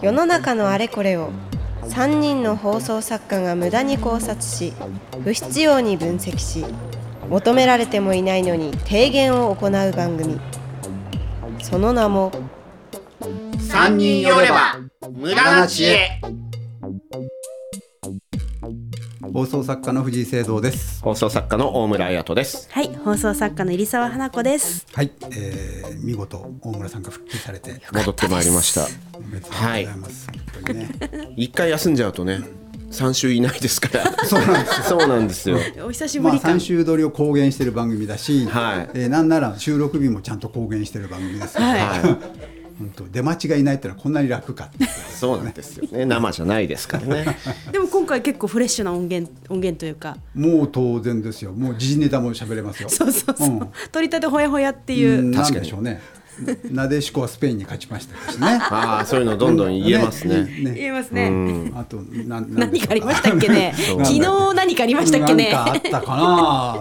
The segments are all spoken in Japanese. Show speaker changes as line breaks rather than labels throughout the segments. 世の中のあれこれを3人の放送作家が無駄に考察し不必要に分析し求められてもいないのに提言を行う番組その名も
三人寄れば無駄な知恵
放送作家の藤井聖堂です。
放送作家の大村彩人です
はい、放送作家の入澤花子です。
はい、えー、見事大村さんが復帰されて
戻ってまいりました
おめでとうございます。本当にね、
一回休んじゃうとね三週いないですからそうなんですそうなんですよ
お久しぶ
まあ
りか。
三週撮りを公言してる番組だし、
はい
えーなんなら収録日もちゃんと公言してる番組ですから、
は
本当出待ちがいないってのはこんなに楽かって。
いそうなんですよね生じゃないですからね
でも今回結構フレッシュな音源音源というか、
もう当然ですよ。もう時事ネタも喋れますよ。
そうそうそう。
ん
取り立てほやほやっていう。
うんなん
確かに
でしょうね。なでしこはスペインに勝ちましたしね。
ああそういうのどんどん言えますね
ね
言えますね。
あとなんなんで
何
しょう
かありましたっけ ね。
う
昨日何かありましたっけね。
なんかあったかな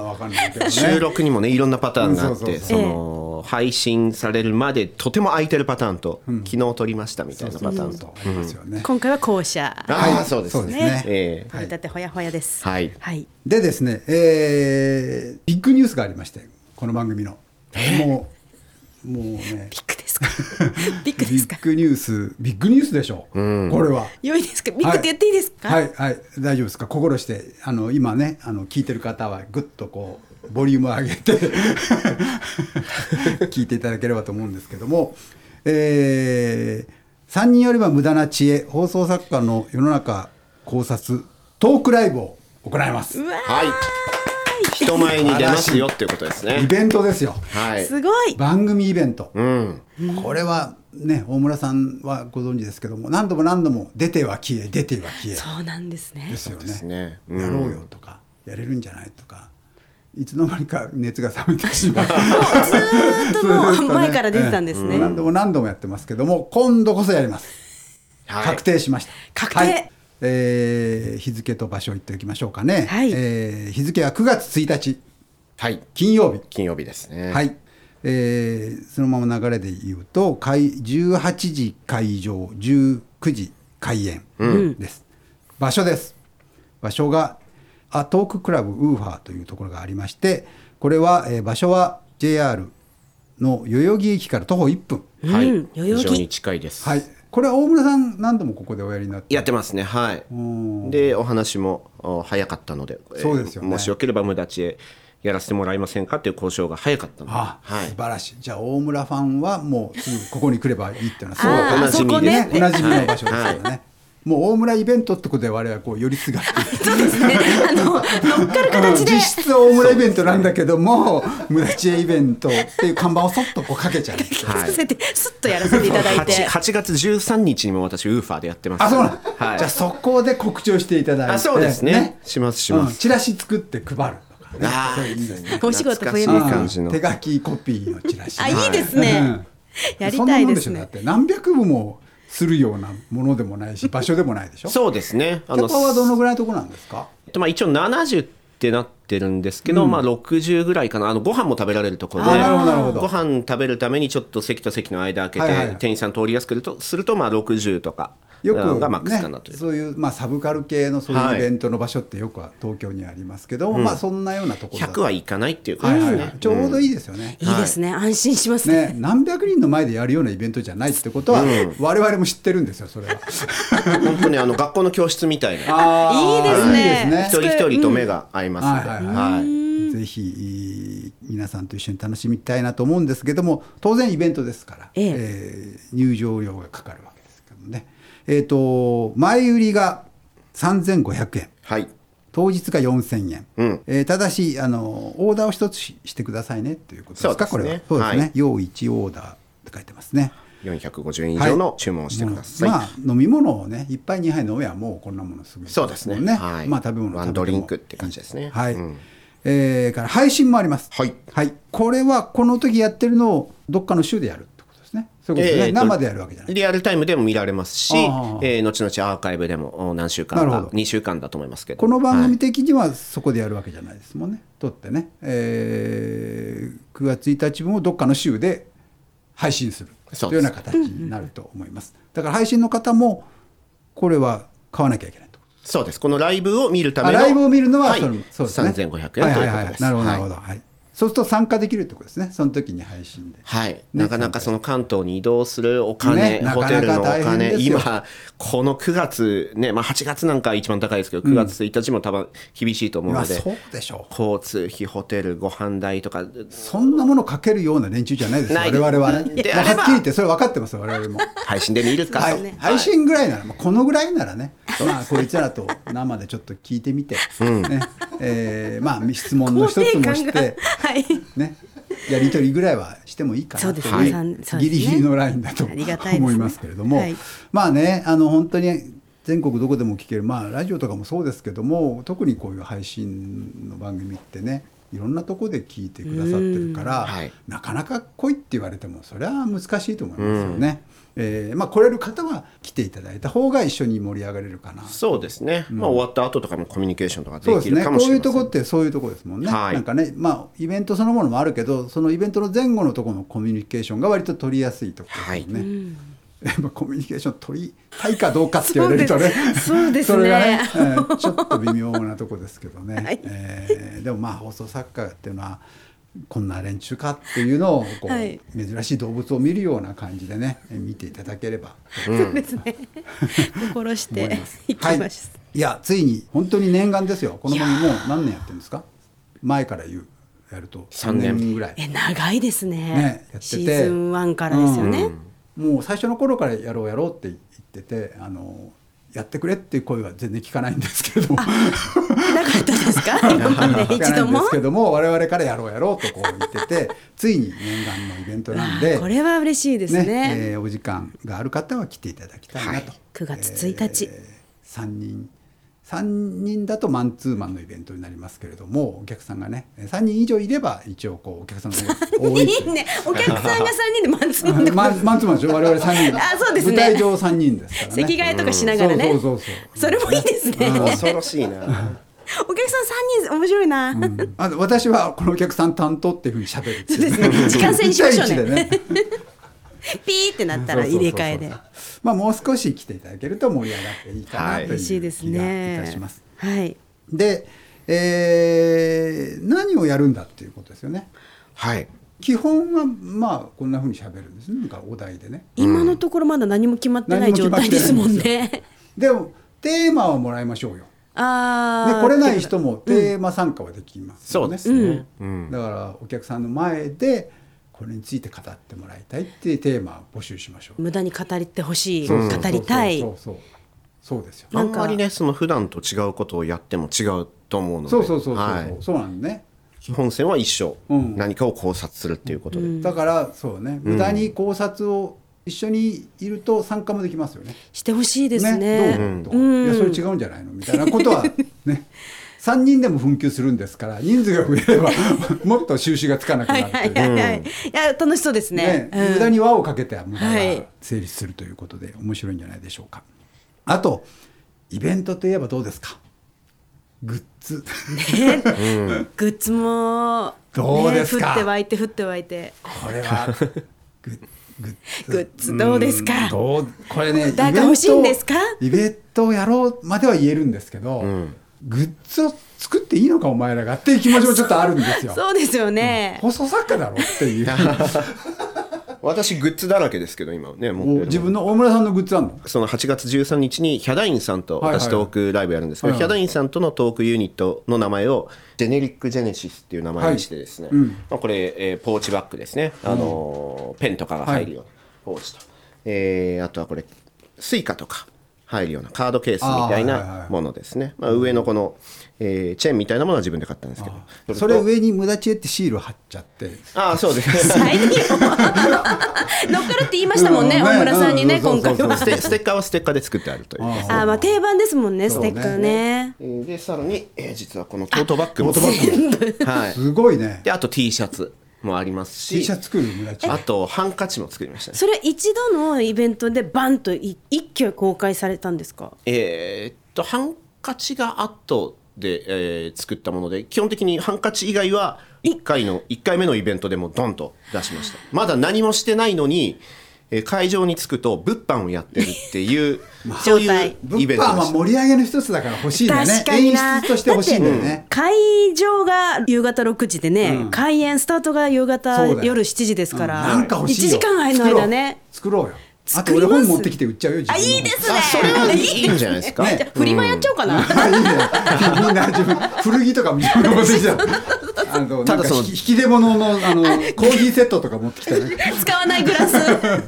わかんないけどね。
収録にもねいろんなパターンがあっ
うん
て
そ
その配信されるまでとても空いてるパターンと昨日撮りましたみたいなパターンと
ありますよね。
今回は後者。
ああそうです
そうです
ね
ね。
ええ
取り立てほやほやです。
はい
はい。
でですね、えービッグニュースがありまして、この番組の。もう、もうね
ビ、ッグ ですか。ビッグ
ビ
ですか
ッ。グニュース、ビッグニュースでしょ、これは。
良いですか。ビッグって言っていいですか。
はい、はい、はい大丈夫ですか、心して、あの今ね、あの聞いてる方は、ぐっとこう、ボリュームを上げて、 聞いていただければと思うんですけども、え3人よりは無駄な知恵、放送作家の世の中考察、トークライブを行います。
うわー
はい人前に出ますよっていうことです
イ
ね
ベントですよ、
はい
すごい。
番組イベント、
うん
これはね、大村さんはご存知ですけども、何度も何度も出ては消え、出ては消え。
そうなんですね
で。すよね
すねうん
やろうよとかやれるんじゃないとかいつの間にか熱が冷めてし まう
ずーっと もう前から出てたんです
う
ね。
何度も何度もやってますけども今度こそやります、
はい
確定しました
確定
はいえー日付と場所言っておきましょうかね、
はい
えー日付は9月1日
はい
金曜日
金曜日ですね
はい、えーそのまま流れで言うと開18時開場19時開演です、場所です場所がアトーククラブウーファーというところがありましてこれは、えー場所は JR の代々木駅から徒歩1分
はい
うん代々
非
木
常に近いです
はいこれは大村さん何度もここでおやりになって
やってますねはい
ん
でお話もお早かったのでえー
そうですよね
もしよければ無駄知恵やらせてもらえませんかっていう交渉が早かったので
あ、
は
素
い
晴らしいじゃあ大村ファンはもうすぐここに来ればいいっていうのは
そうあー
おなじみ
あそこね
ね、おなじみの場所です
は
よ
い
ね。もう大村イベントってことで我々はこう寄りすがって
そうですね。あの乗っかる
あの
形で
実。質大村イベントなんだけども無駄知恵イベントっていう看板をそっとこうかけちゃう
はい
させて、 すっとやらせていただい
8,
て
8月13日にも私ウーファーでやってます
あそうなん、
はい、
じゃあそこで告知をしていただいて
あそうですねしますします
うんチラシ作って配るとかね
あ
そういうのいいですね
お仕事増え
い
ま
い
す
感じの
手書きコピーのチラシ
あ、いいです
う
ね
ん。
やり
そんな
たい
もん
で
でし
す
ょだっ
ね。
て何百部もするようなものでもないし場所でもないでしょ
そうですねあ
そこはどのぐらいのとこなんですか
えっとまあ、一応70ってなってるんですけど、まあ、60ぐらいかなあのご飯も食べられるところで
あーなるほどなるほど
ご飯食べるためにちょっと席と席の間開けて、
はいはい
店員さん通りやすくとするとまあ60とか
よく、
がマックスかなとい
ね、
う、
そういう、まあ、サブカル系のそうい
は
う
い
イベントの場所ってよくは東京にありますけど、まあそんなようなところだ
100はいかないっていう
は
感
い
じです
はい
ね、
はいちょうどいいですよね。
いいですね。安心します
ね
ね。、
何百人の前でやるようなイベントじゃないってことは、我々も知ってるんですよそれは。
本当にあの学校の教室みたいな
あ
いいですね
いいです
一人一人と目が合いますので、
うん
はい
ぜひえー皆さんと一緒に楽しみたいなと思うんですけども当然イベントですから、
ええ
ー入場料がかかるわけですけどもねえっ、と前売りが3500円
はい
当日が4000円、
うん
えーただしあのオーダーを一つししてくださいねということですか
そうですね
これはそうですね、
はい
要1オーダーって書いてますね
450円以上の注文をしてください、
はいもうまあ飲み物をね一杯二杯飲めばもうこんなものすぐに
そうですね
もんね、
はい
まあ食べ物
ワン
食べて
ド
も
リンクって感じですね
はい、
うん
えーから配信もあります
はい
これはこの時やってるのをどっかの州でやるってことですねそういうことですね、
えーと
生でやるわけじゃない
リアルタイムでも見られますし、え
ああ
ー後々アーカイブでもお何週
な
間
る
か
ほど
2週間だと思いますけど
この番
はい
組的にはそこでやるわけじゃないですもんね、撮ってね、えー9月1日分をどっかの州で配信すると
そう
いう
で
よう
す
な形になると思います。だから配信の方もこれは買わなきゃいけないと。
そうです。このライブを見るため
あ
の。
ライブを見るのは
はい、
その、そうですね。
3500円ということです。
はいはいはい。なるほどなる
は
ほ
い
ど。はい。そうすると参加できるってことですね。その時に配信で。
はい、なかなかその関東に移動するお金、
ねなか
ホ
なか
テルのお
大変
金、
ですよ
今、この9月、ねまあ、8月なんか一番高いですけど、9月1日も多分厳しいと思う
ま
の
あ
で、
そうでしょう。
交通費、ホテル、ご飯代とか、
そんなものかけるような連中じゃないです。
ない
我々はね。
で
まあ
あれば
はっきり言ってそれ分かってます。我々も。
配信で見るか
は
と、
い、配信ぐらいなら、まあ、このぐらいならね、まあ、こいつらと生でちょっと聞いてみて、ねえーまあ、質問の一つもし
肯定
て
感、がはい
ね、やり取りぐらいはしてもいいかなと
そうです
い
ね
う
さん
ギリギリのラインだと
ありがたいですね
思いますけれども、
はい
まあねあの本当に全国どこでも聞ける、まあ、ラジオとかもそうですけども特にこういう配信の番組ってねいろんなとこで聞いてくださってるから、
はい
なかなか来いって言われてもそれは難しいと思いますよね。えーまあ、来れる方は来ていただいた方が一緒に盛り上がれるかな
そうですね、まあ、終わった後とかもコミュニケーションとか
そう
で
で
き
す
る
ね。
か
こ
も
う
しれ
いう
ませ
と
ん
こってそういうとこですもんね。
はい
なんかね、まあイベントそのものもあるけど、そのイベントの前後のところのコミュニケーションが割と取りやすいところですよね。 やっぱコミュニケーション取りたいかどうかって言われるとね、
そうです
それがね、
そ
えーちょっと微妙なとこですけどね。えーでもまあ放送作家っていうのは。こんな連中かっていうのをこう、
はい
珍しい動物を見るような感じでねえー見ていただければ
そうです ね。心し
思い
て
ます。
いきます。
はい、いやついに本当に念願ですよこの番組もう何年やってるんですか前から言うやると
三年
三ぐらい、
え長いですね
ねやってて
シーズン1からですよね、
うんもう最初の頃からやろうやろうって言っててあのやってくれっていう声は全然聞かないんですけども
なかったですか今まで
聞か
一
ないん
度
で
も
すけども我々からやろうやろうとこう言っててついに念願のイベントなんで
あこれは嬉しいですね
えーお時間がある方は来ていただきたいなと、
9月1日
3人3人だとマンツーマンのイベントになりますけれどもお客さんがね3人以上いれば一応こうお客さんの方が多いと
いいねお客さんが3人でマンツーマン で
マンマンツーマンでしょ我々3人
あそうですね
舞台上3人ですからね
席替えとかしながら
そ
ね、
うそうそうそう
それもいいですね、お客さん3
恐ろしいな。
人面白いな、
あ私はこのお客さん担当っていうふうにしゃべるって
そ
いう
ですね時間制にしましょうね
一対一でね
ピーってなったら入れ替えで
そうそうそうそうまあもう少し来ていただけると盛り上がっていいかな
はい
という
嬉しいです
気がい
ね
たします。
はい
で、えー何をやるんだっていうことですよね。
はい
基本はまあこんなふうにしゃべるんですねなんかお題でね。
今のところまだ何も決まってない状態ですもんね
でもテーマはもらいましょうよ。
あ
で
あ
来れない人もテーマ参加はできます
そ
よ
うで
ね。
すね。
だからお客さんの前でこれについて語ってもらいたいっていうテーマを募集しましょう。
無駄に語りってほしい
そうそうそう
語りたい
そうそうそうですよ。
あ
なんんか
まりね、その普段と違うことをやっても違うと思うので、
そうそうそうそうそう、
はい
そうなんね。
基本線は一緒、
うん
何かを考察するっていうことで、
だからそうね無駄に考察を一緒にいると参加もできますよね。
してほしいですね
どうとか、いやそれ違うんじゃないのみたいなこと はね3人でも紛糾するんですから人数が増えれ ばもっと収拾がつかなく
は
ないるって。
はいいうはいはい、いや楽しそうですね
ね
うん
無駄に輪をかけては無駄
はい
が成立するということで面白いんじゃないでしょうか。あとイベントといえばどうですかグッ ズ
グッズも
どうですか
ね、降って湧いて降って湧いて
これはグッグッズ
グッズどうですか
んどうこれね
だから
イベント
欲しいんですか
イベントをやろうまでは言えるんですけど、グッズを作っていいのかお前らがっていう気持ちもちょっとあるんですよ
そうですよね、
放送作家だろっていう
私グッズだらけですけど今ね持って
も
る
う
の
自分の大村さんのグッズあるの
その8月13日にヒャダインさんと
はいはい
私トークライブやるんですけど、
はいはい
ヒャダインさんとのトークユニットの名前をジェネリック・ジェネシスっていう名前にしてですね、
はいうん
まあ、これ、えーポーチバッグですね、あのーペンとかが入るようなポーチと、えーあとはこれスイカとか入るようなカードケースみたい
あーはいはいは
ないものですねまあ、上のこの、えーチェーンみたいなものは自分で買ったんですけど
それ
と
上に無駄知恵ってシール貼っちゃって
ああそう です
はい、 乗っかるって言いましたもんね、
うん
大村さんにね、
うんそう
今
そう
回
そう
は。
ステステッカーはステッカーで作ってあるという
あ
あーまあ定番ですもんね、ス
そう
テ
ね
ッカーね。
えーでさらに、えー実はこのトートバッグも
トートバ
ッグ はい
すごいね
であと T シャツもありますし
T シャツ作る無駄知恵
あとハンカチも作りましたね
それは一度のイベントでバンとい一挙公開されたんですか。
えーっとハンカチが後で、えー作ったもので基本的にハンカチ以外は1回の一回目のイベントでもドンと出しましたまだ何もしてないのにえー会場に着くと物販をやってるっていう そういう
物
イベン
販
トで
は
した
盛り上げの一つだから欲しいんだよね
確かにな
演出として欲しいんだよね
会場が夕方6時でね、開演スタートが夕方
そうだよ
夜7時ですから、
なんか欲しいよ
1時間間の間ね
作ろうよあ
作
と
りま
俺
す
本持ってきて売っちゃうよ自
あ
分
い
の
いですね
あそれはいいんじゃないですか、
ね
じゃあ振り回やっちゃおうかな、
あいいねみんな自分古着とか自分の持ってきたあのな
た
ん
だ
か
その
引き引き出物のあのコーヒーセットとか持ってきたね
使わないグラス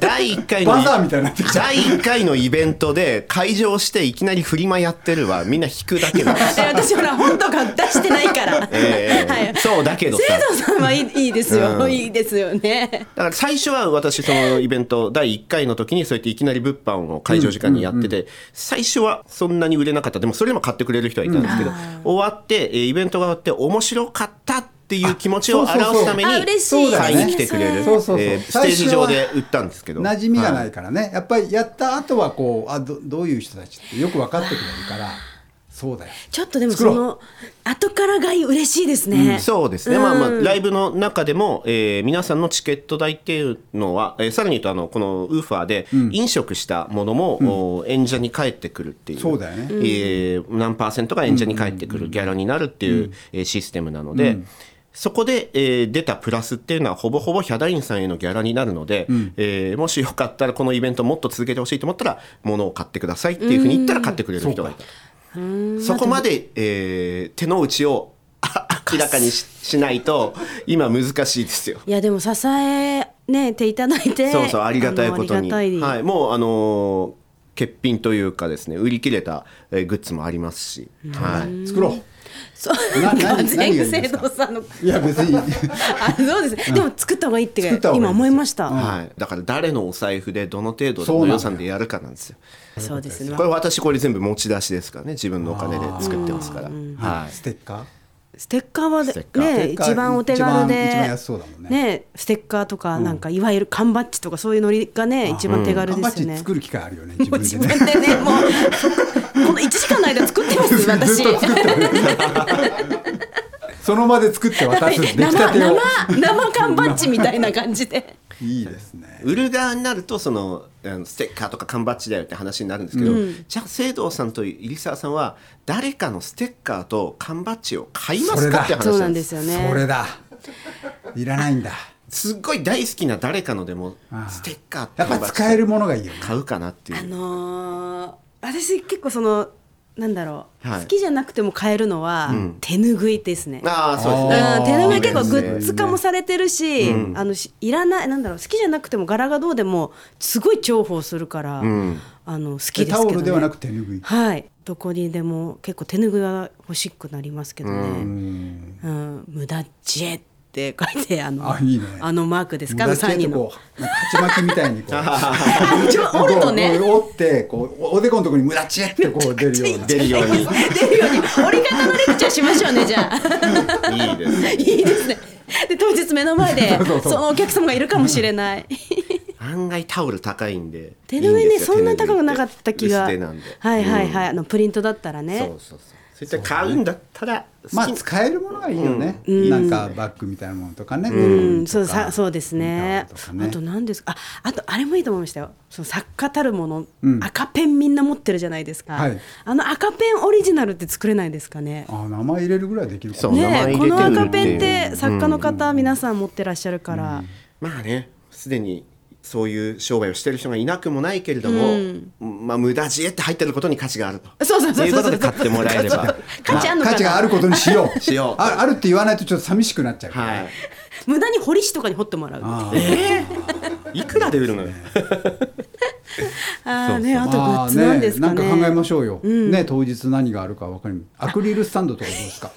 第1回の
バザーみたいになってきた
第1回のイベントで会場していきなりフリマやってるわみんな引くだけだ
え私ほら本とか出してないから、
えー
はい
そうだけどさ
生徒さんはいいいいですよ、
うん
いいですよね
だから最初は私そのイベント第1回の時にそうやっていきなり物販を会場時間にやってて最初はそんなに売れなかったでもそれでも買ってくれる人はいたんですけど終わってえーイベントが終わって面白かったっていう気持ちを
あそう
表
そうそう
すために
あ嬉しい
そうだ
買
よ
い
ね
に来てくれるえ
そうそうそう
ーステージ上で売ったんですけど
馴染みが
は
ないからね、やっぱりやった後はこうあどどういう人たちってよく分かってくれるからそうだよ
ちょっとでもそ
作ろう
の後から買い嬉しいですね、
そうですね、まあまあ、ライブの中でも、えー皆さんのチケット代っていうのは、えーさらに言うとあの、このウーファーで飲食したものも、お演者に返ってくるっていう、
そうだよね
えー何パーセントが演者に返ってくる、ギャラになるっていう、えーシステムなので。そこで、えー出たプラスっていうのはほぼほぼヒャダインさんへのギャラになるので、えーもしよかったらこのイベントもっと続けてほしいと思ったら物を買ってくださいっていうふうに言ったら買ってくれる人がいた。そこまで、えー手の内をあ明らかにししないと今難しいですよ。
いやでも支えねていただいて
そうそうありがたいこと
あの
に、
ありがた
は
い
い、もうあのー欠品というかですね売り切れたえーグッズもありますし、はい、
作ろ
そう
な
なん
何
か全
何が
部
いいん
生
ですか
徒さんの
ういや別に
あそうですね、でも作った方がいいって
作った方がいいです
今思いました、
はい、だから誰のお財布でどの程度
そう
の
なんだよ
予算でやるかなんですよ。
そうですね
これ私これ全部持ち出しですからね自分のお金で作ってますから。 は
ステッカー
ステッカーは
ステッカー
ね
ステッカー
一番お手軽で
一番一番安そうだもんね
ステッカーとかなんか、いわゆる缶バッジとかそういうのりがね一番手軽
缶
で
バ
す
ッ
よ
ジ
ね。
作る機会あるよね自
もう
分
自
で
分
ね
でねもうこの1時間の間作っ てます私。
ずっと作ってるその場で作って渡す出
生
来たてを
生生缶バッジみたいな感じで。
いいですね
い、売る側になるとそのあのステッカーとか缶バッジだよって話になるんですけど、じゃあ聖堂さんと入澤さんは誰かのステッカーと缶バッジを買いま
そ
す
れ
か
だ
って話
そうな
なん
ん
で
ですすよ
それ
ね。
だいらないんだ
すっごい大好きな誰かのでも
ああ
ステッカー
やっぱ使えるものがいいよね
買うかなってい
あ
う
のー私結構そのなんだろう、
はい
好きじゃなくても買えるのは、手ぬぐいですね。
ああそうですね
うん、手ぬぐい結構グッ
いいです
ズ
ね
化もされてるし、あのしいらないなんだろう好きじゃなくても柄がどうでもすごい重宝するから、あの好きですけど、ね、
タオルではなく手ぬぐい
はいどこにでも結構手ぬぐいは欲しくなりますけどね「うん、無駄知恵」って書いてあの
あいいね
あのマークですかあの
無駄
3
遣い
人
と
の
こうなんか鉢巻きみたいにこ う
あ一応折ると ね
こう折ってこうおでこのところにムラチエってこう出るよう な
出るように
出るように折り方のレクチャーしましょうねじゃあ
いいですね
いいですねで当日目の前
そう
で
そうそう
そのお客様がいるかもしれない
案外タオル高いんで
手ぬぐい
いい
ね
ですよ
そんなに高くなかった気が
手ぬぐいって薄手なんで
はいはいはい、あのプリントだったら
そう
ね
そうそうそういった買うんだったら好き
ま
な
あ使えるものがいいよね、なんかバッグみたいなものとかね、
うん、そう
さ
さそうですね
タオルとかね
あと何ですかああとあれもいいと思いましたよその作家たるもの、
うん
赤ペンみんな持ってるじゃないですか、
はい
あの赤ペンオリジナルって作れないですかね
あ名前入れるぐらいできるか
そう
もね
名前入
ね
れて
この
る
赤
っていう
ペンって作家の方、皆さん持ってらっしゃるから、
まあねすでにそういう商売をしてる人がいなくもないけれども、まあ無駄知恵って入ってることに価値があると
そうそうそうそう
いうことで買ってもら えれば
価値あるのかな、
価値があることにしよう
しよう
ああるって言わないとちょっと寂しくなっちゃうから、
はい
無駄に堀市とかに掘ってもらうあ
ああ
えー、いくらで売るのよ
あーねあとグ
ま
ッ
あ
ズなんですか
な
ね
んか考えましょうよ、ね当日何があるかわかりアクリルスタンドとかどうですか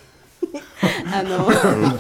あのグッ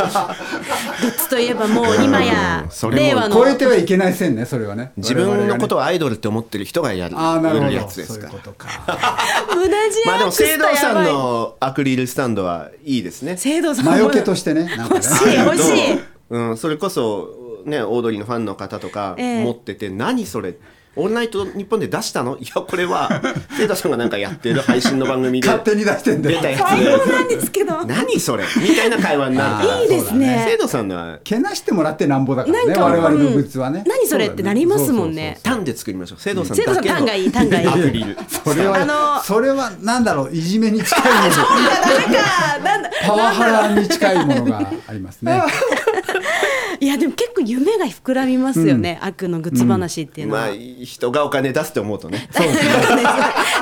ズといえばもう今や
うんそれも
令和の
超えてはいけない線ねそれはね
自分のこと
は、
をアイドルって思ってる人がやる
ああなる
売
ほ
るや
ど
つで
そう
す
いう
から
ことか
無駄じゃ
まあでも聖堂さん
やばい
のアクリルスタンドはいいですね
聖堂さんも
魔除けとしてねなんかね
欲しい欲しい
うん、それこそね、オードリーのファンの方とか
ええ
持ってて、何それオールナイト日本で出したのい やこれはセイタさんがなんかやってる配信の番組で
勝手に出してんだ
出たや
よ
つ
最
で
高なんですけど
何それみたいな会話になるから
いいですね
生徒さんのは
けなしてもらってなんぼだから
な
ね
んか
我々のグッズはね、
うん何それってなりますもんね
単で作りましょう生徒さん
生徒
だ
さん
けの
単がいい単がいい
アプリル
そうだよねそれは、
あのー
それはなんだろういじめに近いもの
なんかなんだ
パワハラに近いものがあります ね
いやでも結構夢が膨らみますよね、悪のグッズ話っていうの
ま
は。
あ 人がお金出すって思うとね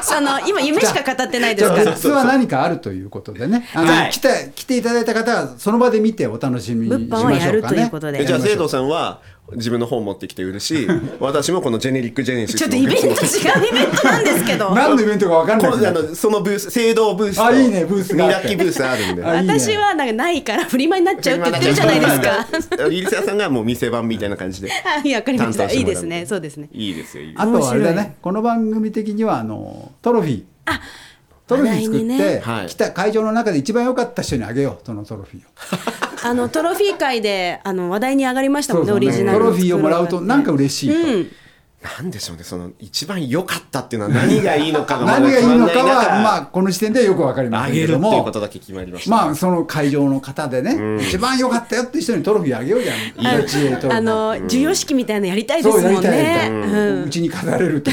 その今夢しか語ってないで
じ
す
ゃあ
か
グ
ら
ッズは何かあるということでねあの、
はい
来て来ていただいた方はその場で見てお楽しみにしましょうかね
物販をやるということで
えじゃあ
やり
生
ましょう
徒さんは自分の本持ってきて売る し私もこのジェネリック・ジェネシス
ちょっ
の
とイベント違
グッズ持って
うイベントなんですけど
何のイベントか分かんない
こ
け
うあ
ど
のそのブース聖堂ブースと
あいいねブースがあ
ミ
って
ラキブースあるんで
あいいね
私はなんかないから振り間になっちゃうって言ってるじゃないですか。
かリリス屋さんがもう店番みたいな感じで
はい、 わかりまし
担
た。
当して
いい
もらう
ですね。そうですね。
いいですよいいです
あとはあれだ
面白
ねこの番組的にはあのトロフィートロフィー作って、
話題にね
はい
来た会場の中で一番良かった人にあげようそのトロ フィーを
あのトロフィー界であの話題に上がりましたもんね、
そうそう
オリジナル
ト
の
ロフィーをもらうとなんか嬉しいと、
なんでしょうねその一番良かったっていうのは何がいいのかがまだ
何がいいのか
決まんない中
はまあこの時点ではよく分かりま
あ
せんけ
げるっ
ど
ていうこ
も
とだけ決まりました、
まあその会場の方でね、一番良かったよって人にトロフィーあげようじゃん
あ
命へトロフィー
あの授与式みたいなのやりたいで
そ
す
うやり
もん
たいやりた
ね
い。
うん
うちに飾れると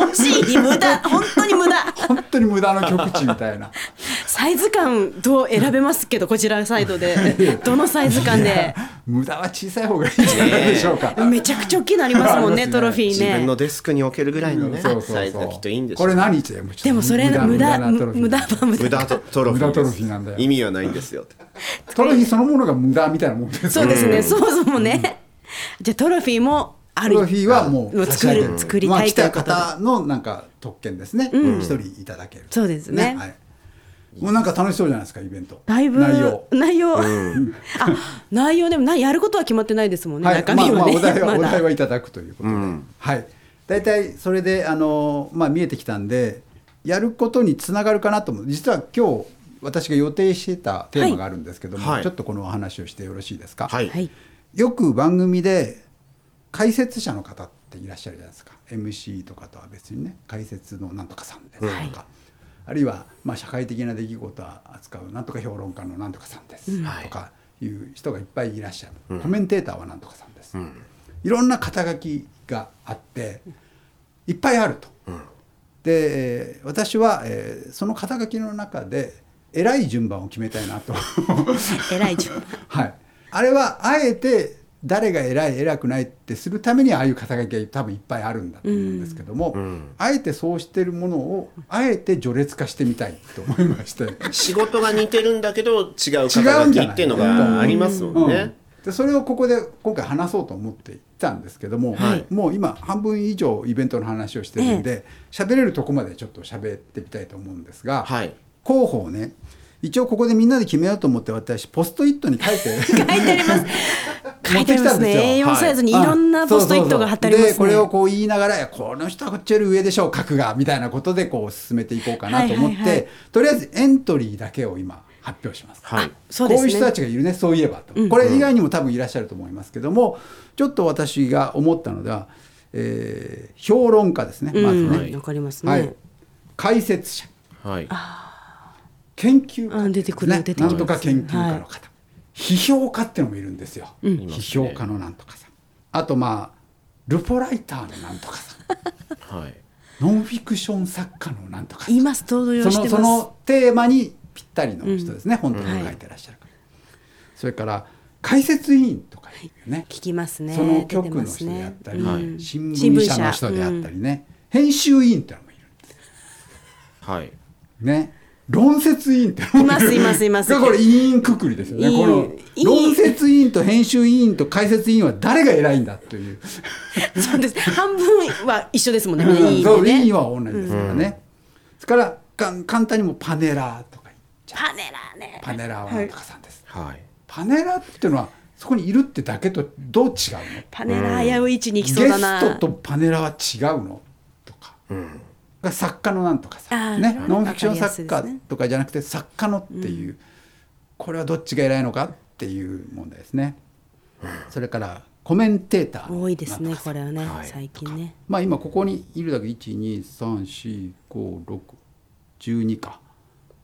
欲しい無駄本当に無駄。
本当に無駄な極地みたいな
サイズ感どう選べますけどこちらサイ ドでどのサイズ感で
無駄は小さい方がいいんじゃないでしょうか、
めちゃくちゃ大きいのあります もんね
ありますね
トロフィー
自分
ね
の。デスクに置けるぐらいのね、
そうそうそう
サイズがきっといいんです
こ
よ
れ何ってもうちょっと
でもそれ無駄
なトロフィー
無駄は無
無
駄。
駄とトロフィーです
無駄トロフィーなんだよ
意味はないんですよ
トロフィーそのものが無駄みたいなもんです
そうですね。そもそもね。じゃあトロフィーもあ
ト
る
ロフィーはも
も
う
う作る作り
まあ
たい
来
とい
た
うことで
方のなんか特権ですね一、人いただける
そうですね
はい、もうなんか楽しそうじゃないですかイベント
だいぶ
内容
内容あ内容でもなやることは決まってないですもんね、中身
まあま
は
あ
ね、
お題は、
ま
お
だ
題はいただくということで、はい大体それであのまあ見えてきたんでやることにつながるかなと思う実は今日私が予定してたテーマがあるんですけども、
はい
ちょっとこのお話をしてよろしいですか、
はい、
はい
よく番組で解説者の方っていらっしゃるじゃないですか MC とかとは別にね解説のなんとかさんですとか、
はい
あるいはまあ社会的な出来事を扱うなんとか評論家のなんとかさんです
はい
とかいう人がいっぱいいらっしゃる、コメンテーターはなんとかさんです、いろんな肩書きがあっていっぱいあると。でえー私は、えーその肩書きの中で偉い順番を決めたいなと
偉い順番
はい、あれはあえて誰が偉い偉くないってするためにああいう肩書きが多分いっぱいあるんだと思うんですけども、あえてそうしてるものをあえて序列化してみたいと思いまして、
仕事が似てるんだけど違う肩
違う
書
ん
き
じゃ
っ
ない
ていうのがありますもん
うん
ね、
でそれをここで今回話そうと思っていたんですけども、
はい
もう今半分以上イベントの話をしてるんで喋、れるとこまでちょっと喋ってみたいと思うんですが、
はい
候補をね一応ここでみんなで決めようと思って私ポストイットに書いて
書いてあります書いてありま
持ってきた
す
んです
ね
よ
A4 サイズにいろんなポストイットが貼ってありますね
でこれをこう言いながらいやこの人はこっちより上でしょう書くがみたいなことでこう進めていこうかなと思って、
はいはいはい
とりあえずエントリーだけを今発表します。
はい
そうで
こ
すね
ういう人たちがいるねそういえばと、これ以外にも多分いらっしゃると思いますけどもちょっと私が思ったのでは、えー評論家ですねまず
うん
ね、
わかりますね、
はい、解説者
はい
研究家、
あ出てくる
ね
出てきます
なんとか研究家の方、批評家っていうのもいるんですよ、
いますね
批評家のなんとかさんあとまあルポライターのなんとか さん
はい
ノンフィクション作家のなんとかさん
言います登場
そ
してま
のそ
す
のテーマにぴったりの人ですね、本当に書いてらっしゃるから、それから解説委員とかいうね、
聞きますね
その
出て
局の
ます
人
ね
であったり、
うん
新聞社の人であったりね、編集委員ってのもいるんです
はい
ね論説委員ってのもる
いますいますいます
これ委員くくりですよね
委員
この
委員
論説委員と編集委員と解説委員は誰が偉いんだという
そうです半分は一緒ですもんね、
うん
いい意
そ
味
う
で
委
ね
員は同じですからね、それからか簡単にもうパネラーとか言っちゃう
パネラーね
パネラーはなんとかさんです、
はい
パネラっていうのはそこにいるってだけとどう違うの
パネラー危うい位置に行
ゲ
きそうだな、
ストとパネラは違うのとか、作家のなんとか
あ
さ、
ー
ね
う、ん
ノンフィクション作
わか
家
りやすいですね
とかじゃなくて作家のっていう、これはどっちが偉いのかっていう問題ですね。それからコメンテーター
多いですねこれはね、
はい
最近ね
まあ今ここにいるだけ123456112か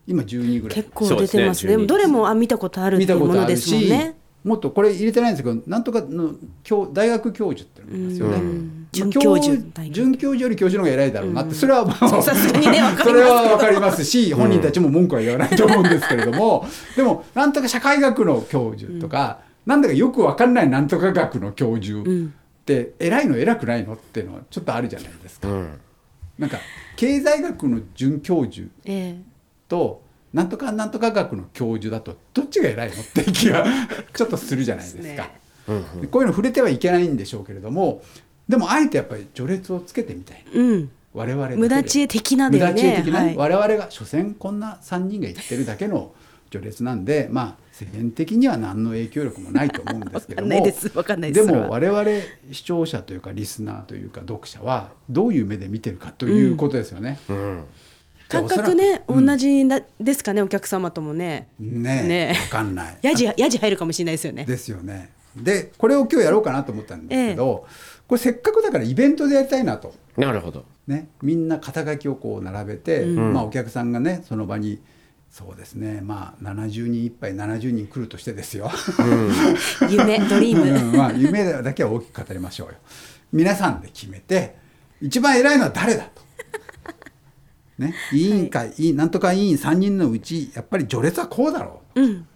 今12ぐらい
結構出てますね
そうですね12
どれもあ見たことあるっ
見
て
た
いう
こ
も
と
の
あ
で
る
すもん
し
ね
もっとこれ入れてないんですけどなんとかの教大学教授っていうのがいますよね、
うん
准教
ま
授
あ
大学
准教授より教授の方が偉いだろうなって、それはもう
さすがにねわかります
それはわかりますし本人たちも文句は言わないと思うんですけれども、でもなんとか社会学の教授とか、なんだかよくわかんないなんとか学の教授って、偉いの偉くないのっていうのはちょっとあるじゃないですか。
うん
なんか経済学の准教授
ええ
となんとかなんとか学の教授だとどっちが偉いのって気 がちょっとするじゃないですか。でこういうの触れてはいけないんでしょうけれどもでもあえてやっぱり序列をつけてみたいな
うん
我々だけで
無駄知恵的な
無
で
駄知恵
ね
的な、
は
ね
い
我々が所詮こんな3人が言ってるだけの序列なんでまあ世間的には何の影響力もないと思うんですけども
わかんないですわかんないで
です
それは
も我々視聴者というかリスナーというか読者はどういう目で見てるかということですよね。
うん
感覚ね同じなですかねお客様ともね
ねえ
ねえ
わかんない
やじやじ入るかもしれないですよね
ですよね。でこれを今日やろうかなと思ったんですけど、これせっかくだからイベントでやりたいなと、
なるほど
ね、みんな肩書きをこう並べて、まあ、お客さんがねその場にそうですねまあ70人いっぱい70人来るとしてですよ、
夢ドリーム、
うんまあ、夢だけは大きく語りましょうよ皆さんで決めて一番偉いのは誰だと。ね、委員会、委員なんとか委員3人のうちやっぱり序列はこうだろう
うん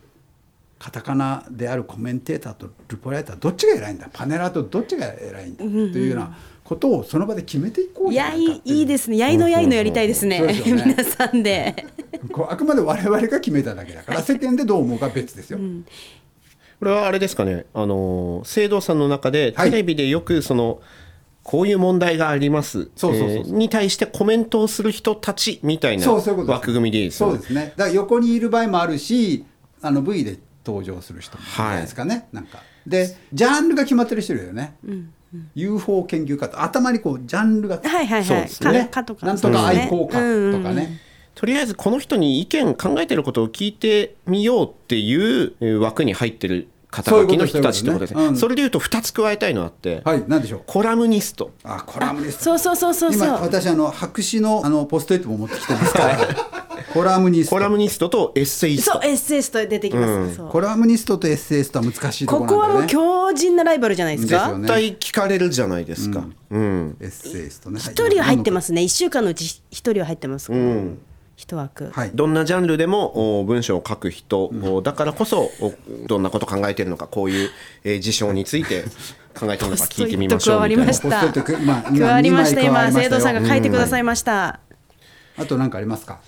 カタカナであるコメンテーターとルポライターどっちが偉いんだパネラーとどっちが偉いんだというようなことをその場で決めていこう
い
じゃ
や
ないいか
い
っていう
いいですねやいのやいのやりたいですね
そうですよね
皆さんで
こうあくまで我々が決めただけだから世間でどう思うか別ですよ、
これはあれですかね、あの聖堂さんの中で
はい
テレビでよくその、こういう問題があります
そうそうそう
えーに対してコメントをする人たちみたいな
そうそういうことです
枠組みでいいですよ
そう
ね
ですねだから横にいる場合もあるしあの V で登場する人もいるじゃないですかね、なんかでジャンルが決まってる人いるよね、UFO 研究家と頭にこうジャンルが
はいはい
そう
は
で
い
す
か
ね
かとか
なんとか愛好家とかね、
うんうん
とりあえずこの人に意見考えてることを聞いてみようっていうえー枠に入ってる肩書きの人たちってことですね
そういうことそう
それ
いうことねうん
でいうと2つ加えたいのあって、
はい何でしょう
コラムニスト
あコラムです
そうそうそうそうそ
今
う
私あの白紙のあのポストイットも持ってきてますからコラムニスト
コラムニストとエッセイス
そう
ト
エッセイスト出てきます、そう
コラムニストとエッセイストは難しいとこ
こ
ろ
こはも
なん
う
だよね
強靭なライバルじゃないです
です
か
よね
絶対聞かれるじゃないですか、うん
エッセイストね
一人は入ってますすね一週間のうち一人は入ってます一枠
はい
どんなジャンルでもお文章を書く人、おだからこそおどんなこと考えてるのかこういう、えー事象について考えてるのか聞いてみましょう
ポストイット
みたいな
ポスト
加わりました
イットくまあ今
加わりました
二枚加わりました
今
よ
生徒さんが書いてくださいました
あと何かありますか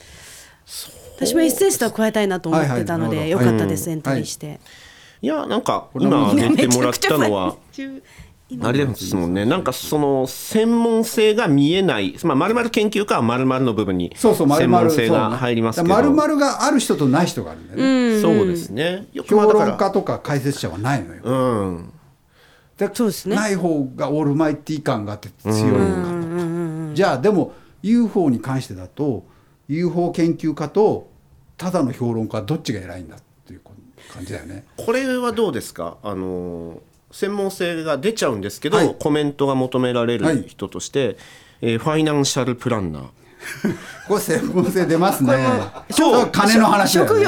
私もエッセイストは加えたいなと思ってたの
はいは
で
い
よかったです
うん
エントリーして
いやなんか今挙げてもらったのはあれですもんねなんかその専門性が見えないまあまるまる研究家はまるまるの部分に
そうそう
専
丸々
門性が入りますけど
そうねだから丸々がある人とない人があるんだよね、
そうですねよくまあ
評
だか
論家
ら
とか解説者はないのよ、
うん
で
そうですね
ない方がオールマイティ感があって強いのかとか、じゃあでも UFO に関してだと UFO 研究家とただの評論家どっちが偉いんだっていう感じだよね。
これはどうですかあの専門性が出ちゃうんですけど、
はい
コメントが求められる人として、えーファイナンシャルプランナー
これ専門性出ますね。
そう
そう金の話だよ、ね。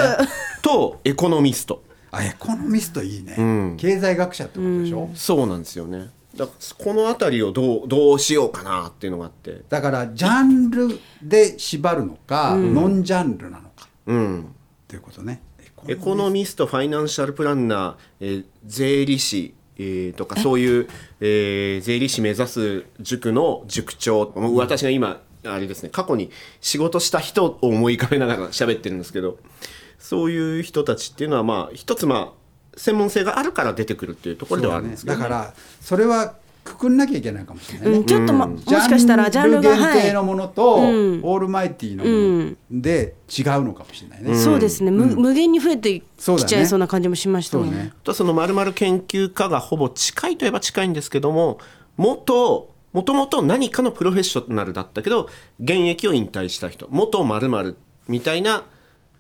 とエコノミスト
あエコノミストいいね、
ん
経済学者ってことでしょ、
そうなんですよねだからこの辺りをどうどうしようかなっていうのがあって
だからジャンルで縛るのか、ノンジャンルなのか
うん
っていうことね。エコノミ
エ
ス
コノミスト
ト
ファイナンシャルプランナー、えー税理士えーとかそういう、えー税理士目指す塾の塾長もう私が今あれですね過去に仕事した人を思い浮かべながら喋ってるんですけどそういう人たちっていうのはまあ一つまあ専門性があるから出てくるっていうところではあるんですけど、
だからそれはくくんなきゃいけないかもしれないね、
うんちょっとまもしかしたらジャンルが
限定のものと、
はい
オールマイティのもので違うのかもしれないね、
はいそうですね無無限に増えてきちゃいそうな感じもしました
そう
ね
ね
あとその〇〇研究家がほぼ近いといえば近いんですけども元元々何かのプロフェッショナルだったけど現役を引退した人元〇〇みたいな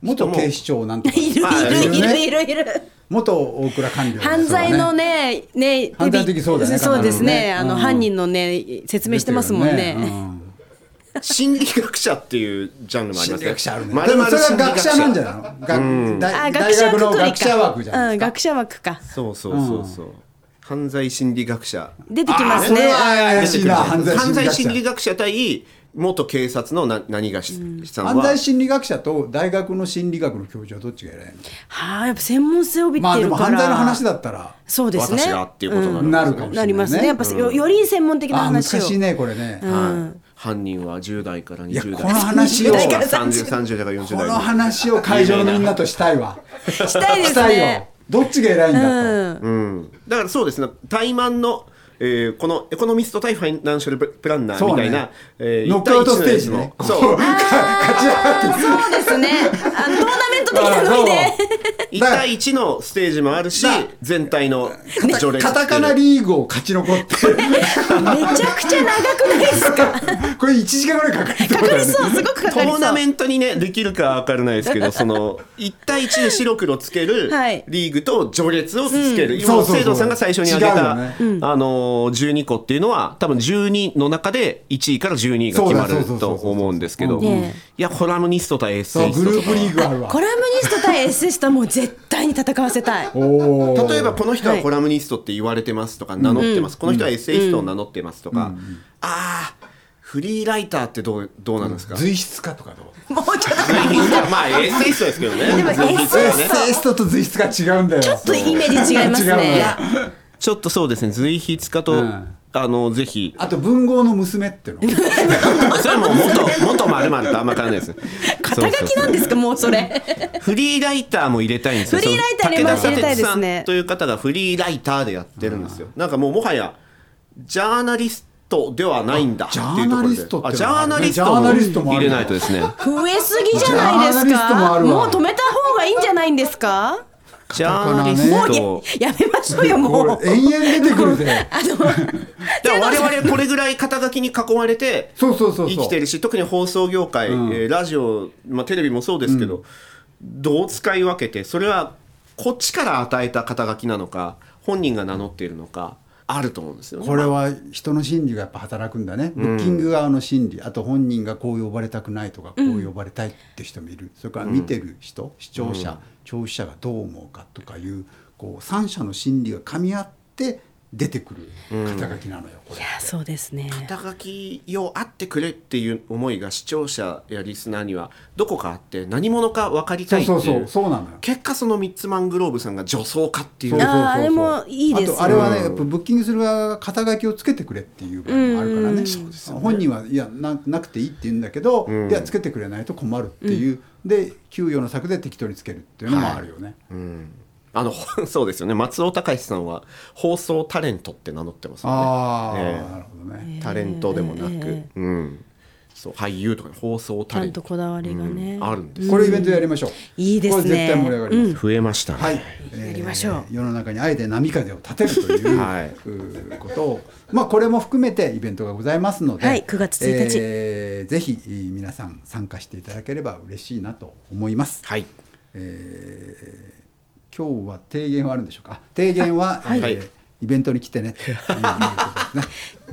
元警視庁なんとか
いる
あ
いるい
いる
る
ね
いるいる。
元大蔵官僚ですからね
犯罪のね、ね、
犯罪の時そうだよね
そうですね、
必ずね
あの
うん
犯人のね、説明してますもんね。
心理学者っていうジャンルもあり
心
ます
理
ね
学者あるね。
丸
でも
々
そ
心
れは
理
学者なんじゃないの学大大学の
くくりか
学者枠じゃない
う
で
ん、
すか。
学者枠か。
そうそうそうそう、犯罪心理学者
出てきます
それ
ね。
は怪しいな犯罪
犯罪
心理学
心理
者。
学者対元警察のな何がしさんは
犯罪心理学者と大学の心理学の教授はどっちが偉いの
はあ、やっぱ専門性を帯び
まあ
て
で
る
も
から。
犯罪の話だったら
そうですね。
私らっていうことな
うん
る
なるかもしれないね
なりますね。やっぱよより専門的な
あ難
話を。
しいねこれね。
はい、犯人は10代から20
いや
代
この話を
20代から30 30代から40
こ
代
の話を会場のみんなとしたいわ。
したいで
し
す
たいよ
ね。。
どっちが偉いんだと。
うん、だからそうですね怠慢の、えーこのエコノミスト対ファイナンシャルプランナーみたいな、
そうね
え
ノックアウトステージ
ね
ね。
そう
勝ち上がってる。
そうですね。あのトーナメント的なノリ
あ
で。
1対1のステージもあるし
だ
全体の序列
カタカナリーグを勝ち残って、
めちゃくちゃ長くないですか。
これ1時間ぐらいかかるってこと
か
だ
かり
よね。
そう、すごくか
ト
かりそ
ー
う。
ナメントにねできるか分からないですけ どその1対1で白黒つける
はい
リーグと序列をつける、
そ
今
うそうそう
生徒さんが最初に挙げた、
違うよね
あのー12個っていうのは多分12の中で1位から12位が決ま
そうだそう
る
そうそう
と
そう
思うんですけど、
うん
いやコラムニスト対エッ
そ
セ
う
イス
グ
ト
ル
と
ー
か
プリーグあるわ
コ。ラムニスト対エッセイストはもう絶対に戦わせたい。
おー
例えばこの人は
はい
コラムニストって言われてますとか名乗ってます、この人はエッセイストを名乗ってますとか、ああフリーライターってどうどうなんですか、
随筆家とかどう
もうちょっと。
まあエッセイストですけどね。で
も
エ
エッセ
ッ
イスト
セイストと随筆家違うんだよちょっ
とイメージ 違いますね
ちょっとそうですね、随筆家と、
うん
あの、ぜひ、
あと文豪の娘っての
それはもう元、元まるまるとあんま変わらないです。
肩書きなんですか、もうそれ。
フリーライターも入れたいんですよ。
フリーライター入れます
その武田
入れたいで
さ
すね
んという方がフリーライターでやってるんですよ。なんかもうもはや、ジャーナリストではないんだって
ジ
い
ャ
う
ー
とこ
ナ
ろ
リ
で
スト。って
あ
いう
ジ
の
ャ
も
ーナ
ある
リスト
ねジャーナリスト
も
もある
入れないとですね。
増えすぎじゃないです
ジャーナリストもあ
か。
るわ
もう止めた方がいいんじゃないんですか。
ジャーナリ
え
ス
っ
も
ト。
うややめましょうよ、 もう
こ。れ延々出てくるぜ。
あの、
だから我々これぐらい肩書きに囲まれて
そうそうそうそう
生きてるし特に放送業界、えーラジオ、まあ、テレビもそうですけど、どう使い分けてそれはこっちから与えた肩書きなのか本人が名乗っているのかあると思うんですよね。
これは人の心理がやっぱ働くんだね。ブッキング側の心理、あと本人がこう呼ばれたくないとか、こう呼ばれたいって人もいる。それから見てる人、視聴者、聴取者がどう思うかとかいう、こう三者の心理が噛み合って出てくる肩書きなのよ。これ。
そうですね。
肩書きをあってくれっていう思いが視聴者やリスナーにはどこかあって何者か分かりた
そう
いって
そ
いうう
そう、そうなのよ。
結果そのミッツマングローブさんが女装かってい
そううそうそうそう
あーあれもいいですよ
あとあれはね、やっぱブッキングする側が肩書きをつけてくれっていう場合もあるからね。本人はいやななくていいって言うんだけど、いやつけてくれないと困るっていう、で給与の策で適当につけるっていうのもあるよね。
あのそうですよね松尾隆さんは放送タレントって名乗ってますよね。
ああ、
ええ
なるほどね。
タレントでもなく、
え
うん、そう俳優とか放送
ち
タ
ゃ
レ
ん
ン
と
ト、
こだわりがね。
あるんです、
これイベントやりましょう。
いいですね
これ絶対盛り上がります。
増えましたね、
はい、
やりましょう
えー世の中にあえて波風を立てるという
はいう
ーことを、まあ、これも含めてイベントがございますので、
はい9月1日
えーぜひえー皆さん参加していただければ嬉しいなと思います。
はい
えー今日は提言はあるんでしょうか。提言は、えー
はい
イベントに来てね。ということです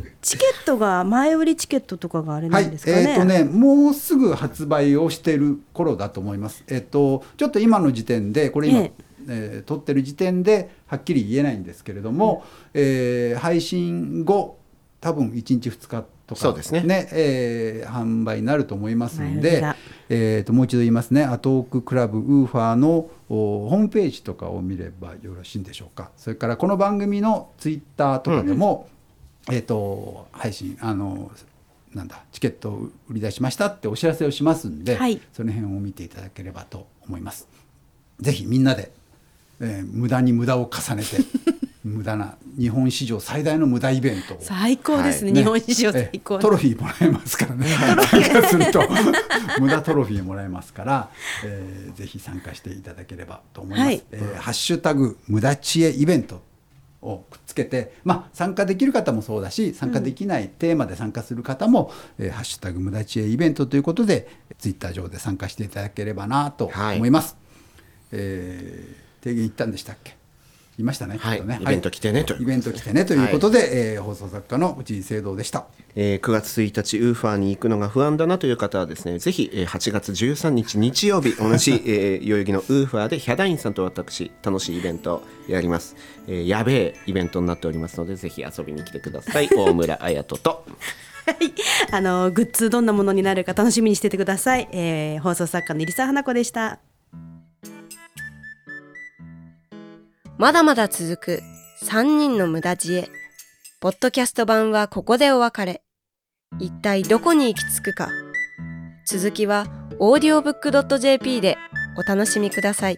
ね
チケットが前売りチケットとかがあれ
は、
ないん
えっ
ですかね。、
とね、もうすぐ発売をしている頃だと思います。えっ、と、ちょっと今の時点で、これ今、
え
え
え
ー撮ってる時点で、はっきり言えないんですけれども。えー配信後、多分一日二日とか。
そうですね
えー販売になると思いますの
前売り
で
だ。
えーともう一度言いますね、アトーククラブウーファーのおホームページとかを見ればよろしいんでしょうか、それからこの番組のツイッターとかでも、えー、と配信あの、なんだ、チケットを売り出しましたってお知らせをしますんで、
はい
その辺を見ていただければと思います。ぜひみんなで、えー無駄に無駄を重ね て、無駄な、日本史上最大の無駄イベントを。
最高ですね。
ね
日本史上最高
ええ。トロフィーもらえますからね参 加すると無駄トロフィーもらえますから、えーぜひ参加していただければと思います、
はい
えーハッシュタグ無駄知恵イベントをくっつけて、まあ、参加できる方もそうだし参加できないテーマで参加する方も「えーハッシュタグ無駄知恵イベント」ということでツイッター上で参加していただければなと
はい
思います。えー提言言ったんでしたっけ言いましたね,、
はい
きっとね
イベント来てねという
イベント来てねということで、えー放送作家の内井聖堂でした。
えー9月1日ウーファーに行くのが不安だなという方はですねぜひ、えー8月13日日曜日同じ、えー、代々木のウーファーでヒャダインさんと私楽しいイベントをやります、えーやべえイベントになっておりますのでぜひ遊びに来てください大村彩人と
あのグッズどんなものになるか楽しみにしててください、えー、放送作家の入澤花子でした
まだまだ続く3人の無駄知恵。ポッドキャスト版はここでお別れ。一体どこに行き着くか。続きは audiobook.jp でお楽しみください。